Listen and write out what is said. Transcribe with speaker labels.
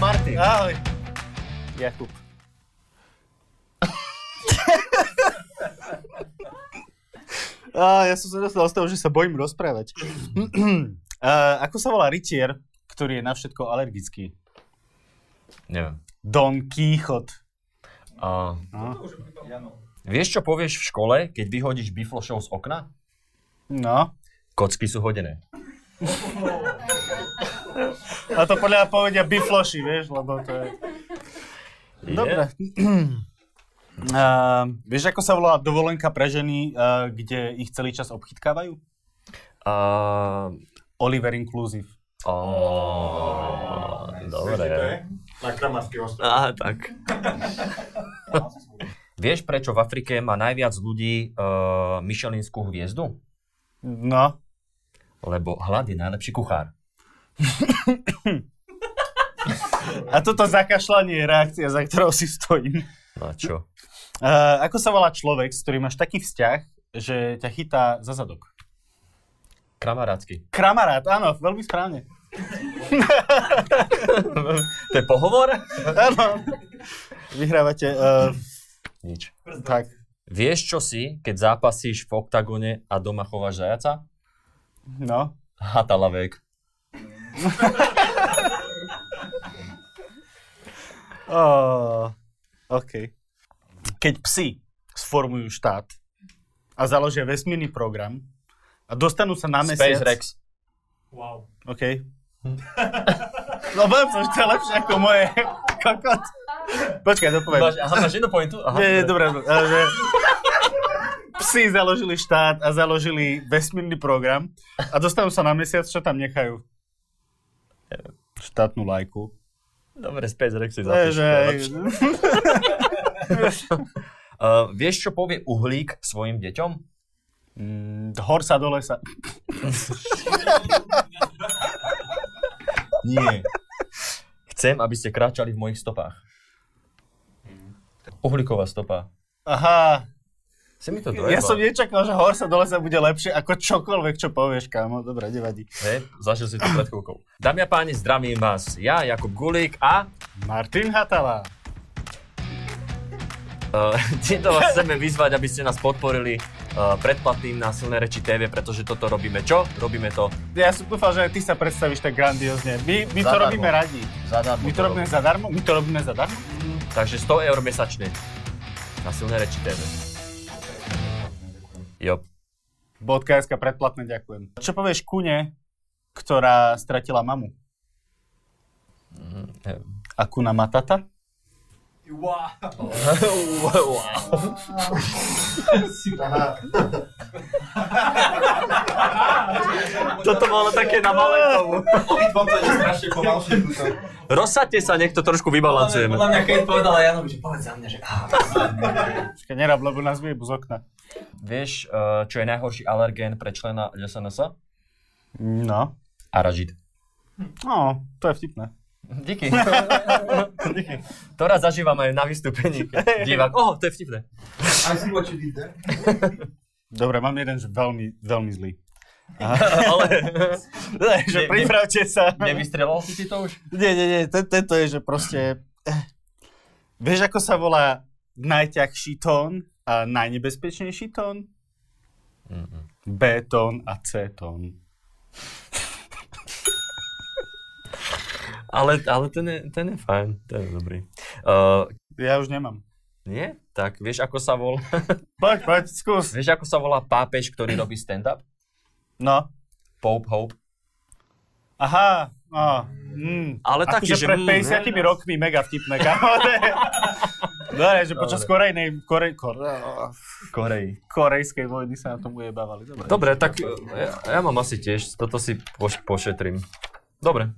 Speaker 1: Martin.
Speaker 2: Ahoj.
Speaker 3: Jakub.
Speaker 2: A, ja som sa dostal z toho, že sa bojím rozprávať. A, ako sa volá rytier, ktorý je na všetko alergický?
Speaker 1: Neviem.
Speaker 2: Don Quixote.
Speaker 1: A,
Speaker 2: No.
Speaker 1: vieš, čo povieš v škole, keď vyhodíš biflošov z okna?
Speaker 2: no.
Speaker 1: Kocky sú hodené.
Speaker 2: A to podľa mňa povedia bifloši, vieš, lebo to je... Dobre. Uh, vieš, ako sa volá dovolenka pre ženy, uh, kde ich celý čas obchytkávajú?
Speaker 1: A,
Speaker 2: Oliver Inclusive.
Speaker 1: a, dobre.
Speaker 4: Na Kramarský ostrov.
Speaker 1: Á, tak. Vieš, prečo v Afrike má najviac ľudí uh, Michelinskú hviezdu?
Speaker 2: No.
Speaker 1: Lebo hlad je najlepší kuchár.
Speaker 2: A toto zakašľanie je reakcia, za ktorou si stojím.
Speaker 1: No a čo?
Speaker 2: Uh, ako sa volá človek, s ktorým máš taký vzťah, že ťa chytá za zadok?
Speaker 1: Kamarátsky.
Speaker 2: Kramarát, áno, veľmi správne.
Speaker 1: To je pohovor?
Speaker 2: Áno. Vyhrávate. Uh,
Speaker 1: Nič.
Speaker 2: tak.
Speaker 1: Vieš, čo si, keď zápasíš v oktagone a doma chováš zajaca?
Speaker 2: No.
Speaker 1: Hatalavek.
Speaker 2: Oh, OK. Keď psi sformujú štát a založia vesmírny program a dostanú sa na mesiac...
Speaker 1: Space Rex.
Speaker 4: Wow.
Speaker 2: OK. No mám to, to je lepšie ako moje kokot. Počkaj, to poviem.
Speaker 1: Máš, aha, máš jednu pointu? Aha,
Speaker 2: Nie, nie, dobré, dobré. ale že Psi založili štát a založili vesmírny program a dostanú sa na mesiac, čo tam nechajú? Štátnu lajku.
Speaker 1: Dobre, Space Rex si
Speaker 2: Ne, že...
Speaker 1: zapíš. Uh, vieš, čo povie uhlík svojim deťom?
Speaker 2: Mm, Hor sa do lesa.
Speaker 1: Nie. Chcem, aby ste kráčali v mojich stopách. Uhlíková stopa.
Speaker 2: Aha,
Speaker 1: Si mi to dojebal.
Speaker 2: ja som nečakal, že hor sa do lesa bude lepšie ako čokoľvek, čo povieš, kámo. Dobre, nevadí.
Speaker 1: Hej, zažil si to pred chvíľkou. Dámy a páni, zdravím vás. Ja, Jakub Gulík a
Speaker 2: Martin Hatala.
Speaker 1: uh, týmto vás chceme vyzvať, aby ste nás podporili uh, predplatným na Silné reči TV, pretože toto robíme čo? Robíme to
Speaker 2: Ja som dúfal, že aj ty sa predstavíš tak grandiózne. My, my to
Speaker 1: Zadarmo.
Speaker 2: robíme radi.
Speaker 1: zadarmo.
Speaker 2: My to robíme zadarmo? My to robíme zadarmo?
Speaker 1: Takže 100 eur mesačne na Silné reči TV. Jo.
Speaker 2: .sk predplatné, ďakujem. Čo povieš Kune, ktorá stratila mamu? A Kuna má tata?
Speaker 1: Toto bolo také na malé tomu.
Speaker 4: Obidvom to je strašne pomalšie.
Speaker 1: Rozsaďte sa, nech to trošku vybalancujeme.
Speaker 5: Podľa mňa, keď povedala Janovi, že povedz za mňa, že á,
Speaker 2: Počkaj, nerab, lebo nás vyjebu z okna.
Speaker 1: Vieš, eh, čo je najhorší alergén pre člena SNS?
Speaker 2: No.
Speaker 1: Aražid.
Speaker 2: No, to je vtipné.
Speaker 1: Díky. Díky. To raz zažívam aj na vystúpení. keď Divák, oh, to je vtipné.
Speaker 4: Aj si voči líder.
Speaker 2: Dobre, mám jeden, že veľmi, veľmi zlý.
Speaker 1: Ale
Speaker 2: Ne, že
Speaker 1: Ne-
Speaker 2: pripravte sa.
Speaker 1: nevystrelal si si to už?
Speaker 2: Nie, nie, nie, ten- tento je, že proste... eh. Vieš, ako sa volá najťažší tón a najnebezpečnejší tón? B-tón a C-tón.
Speaker 1: Ale, ale ten, je, ten je fajn, ten je dobrý. Uh,
Speaker 2: Ja už nemám.
Speaker 1: nie? Tak vieš ako, sa vol,
Speaker 2: Poď, poď, skús.
Speaker 1: vieš, ako sa volá pápež, ktorý robí stand-up?
Speaker 2: No.
Speaker 1: Pope Hope.
Speaker 2: Aha, no. Mm.
Speaker 1: Ale taký,
Speaker 2: akože
Speaker 1: že
Speaker 2: pred
Speaker 1: mm,
Speaker 2: 50 rokmi mega vtipné, kámo. to je- Dobre, že počas korejnej, korej, kore,
Speaker 1: Koreji.
Speaker 2: korejskej vojny sa na tom ujebávali. Dobre.
Speaker 1: e, Dobre, tak eh, ja, ja mám asi tiež, toto si poš- pošetrím. Dobre.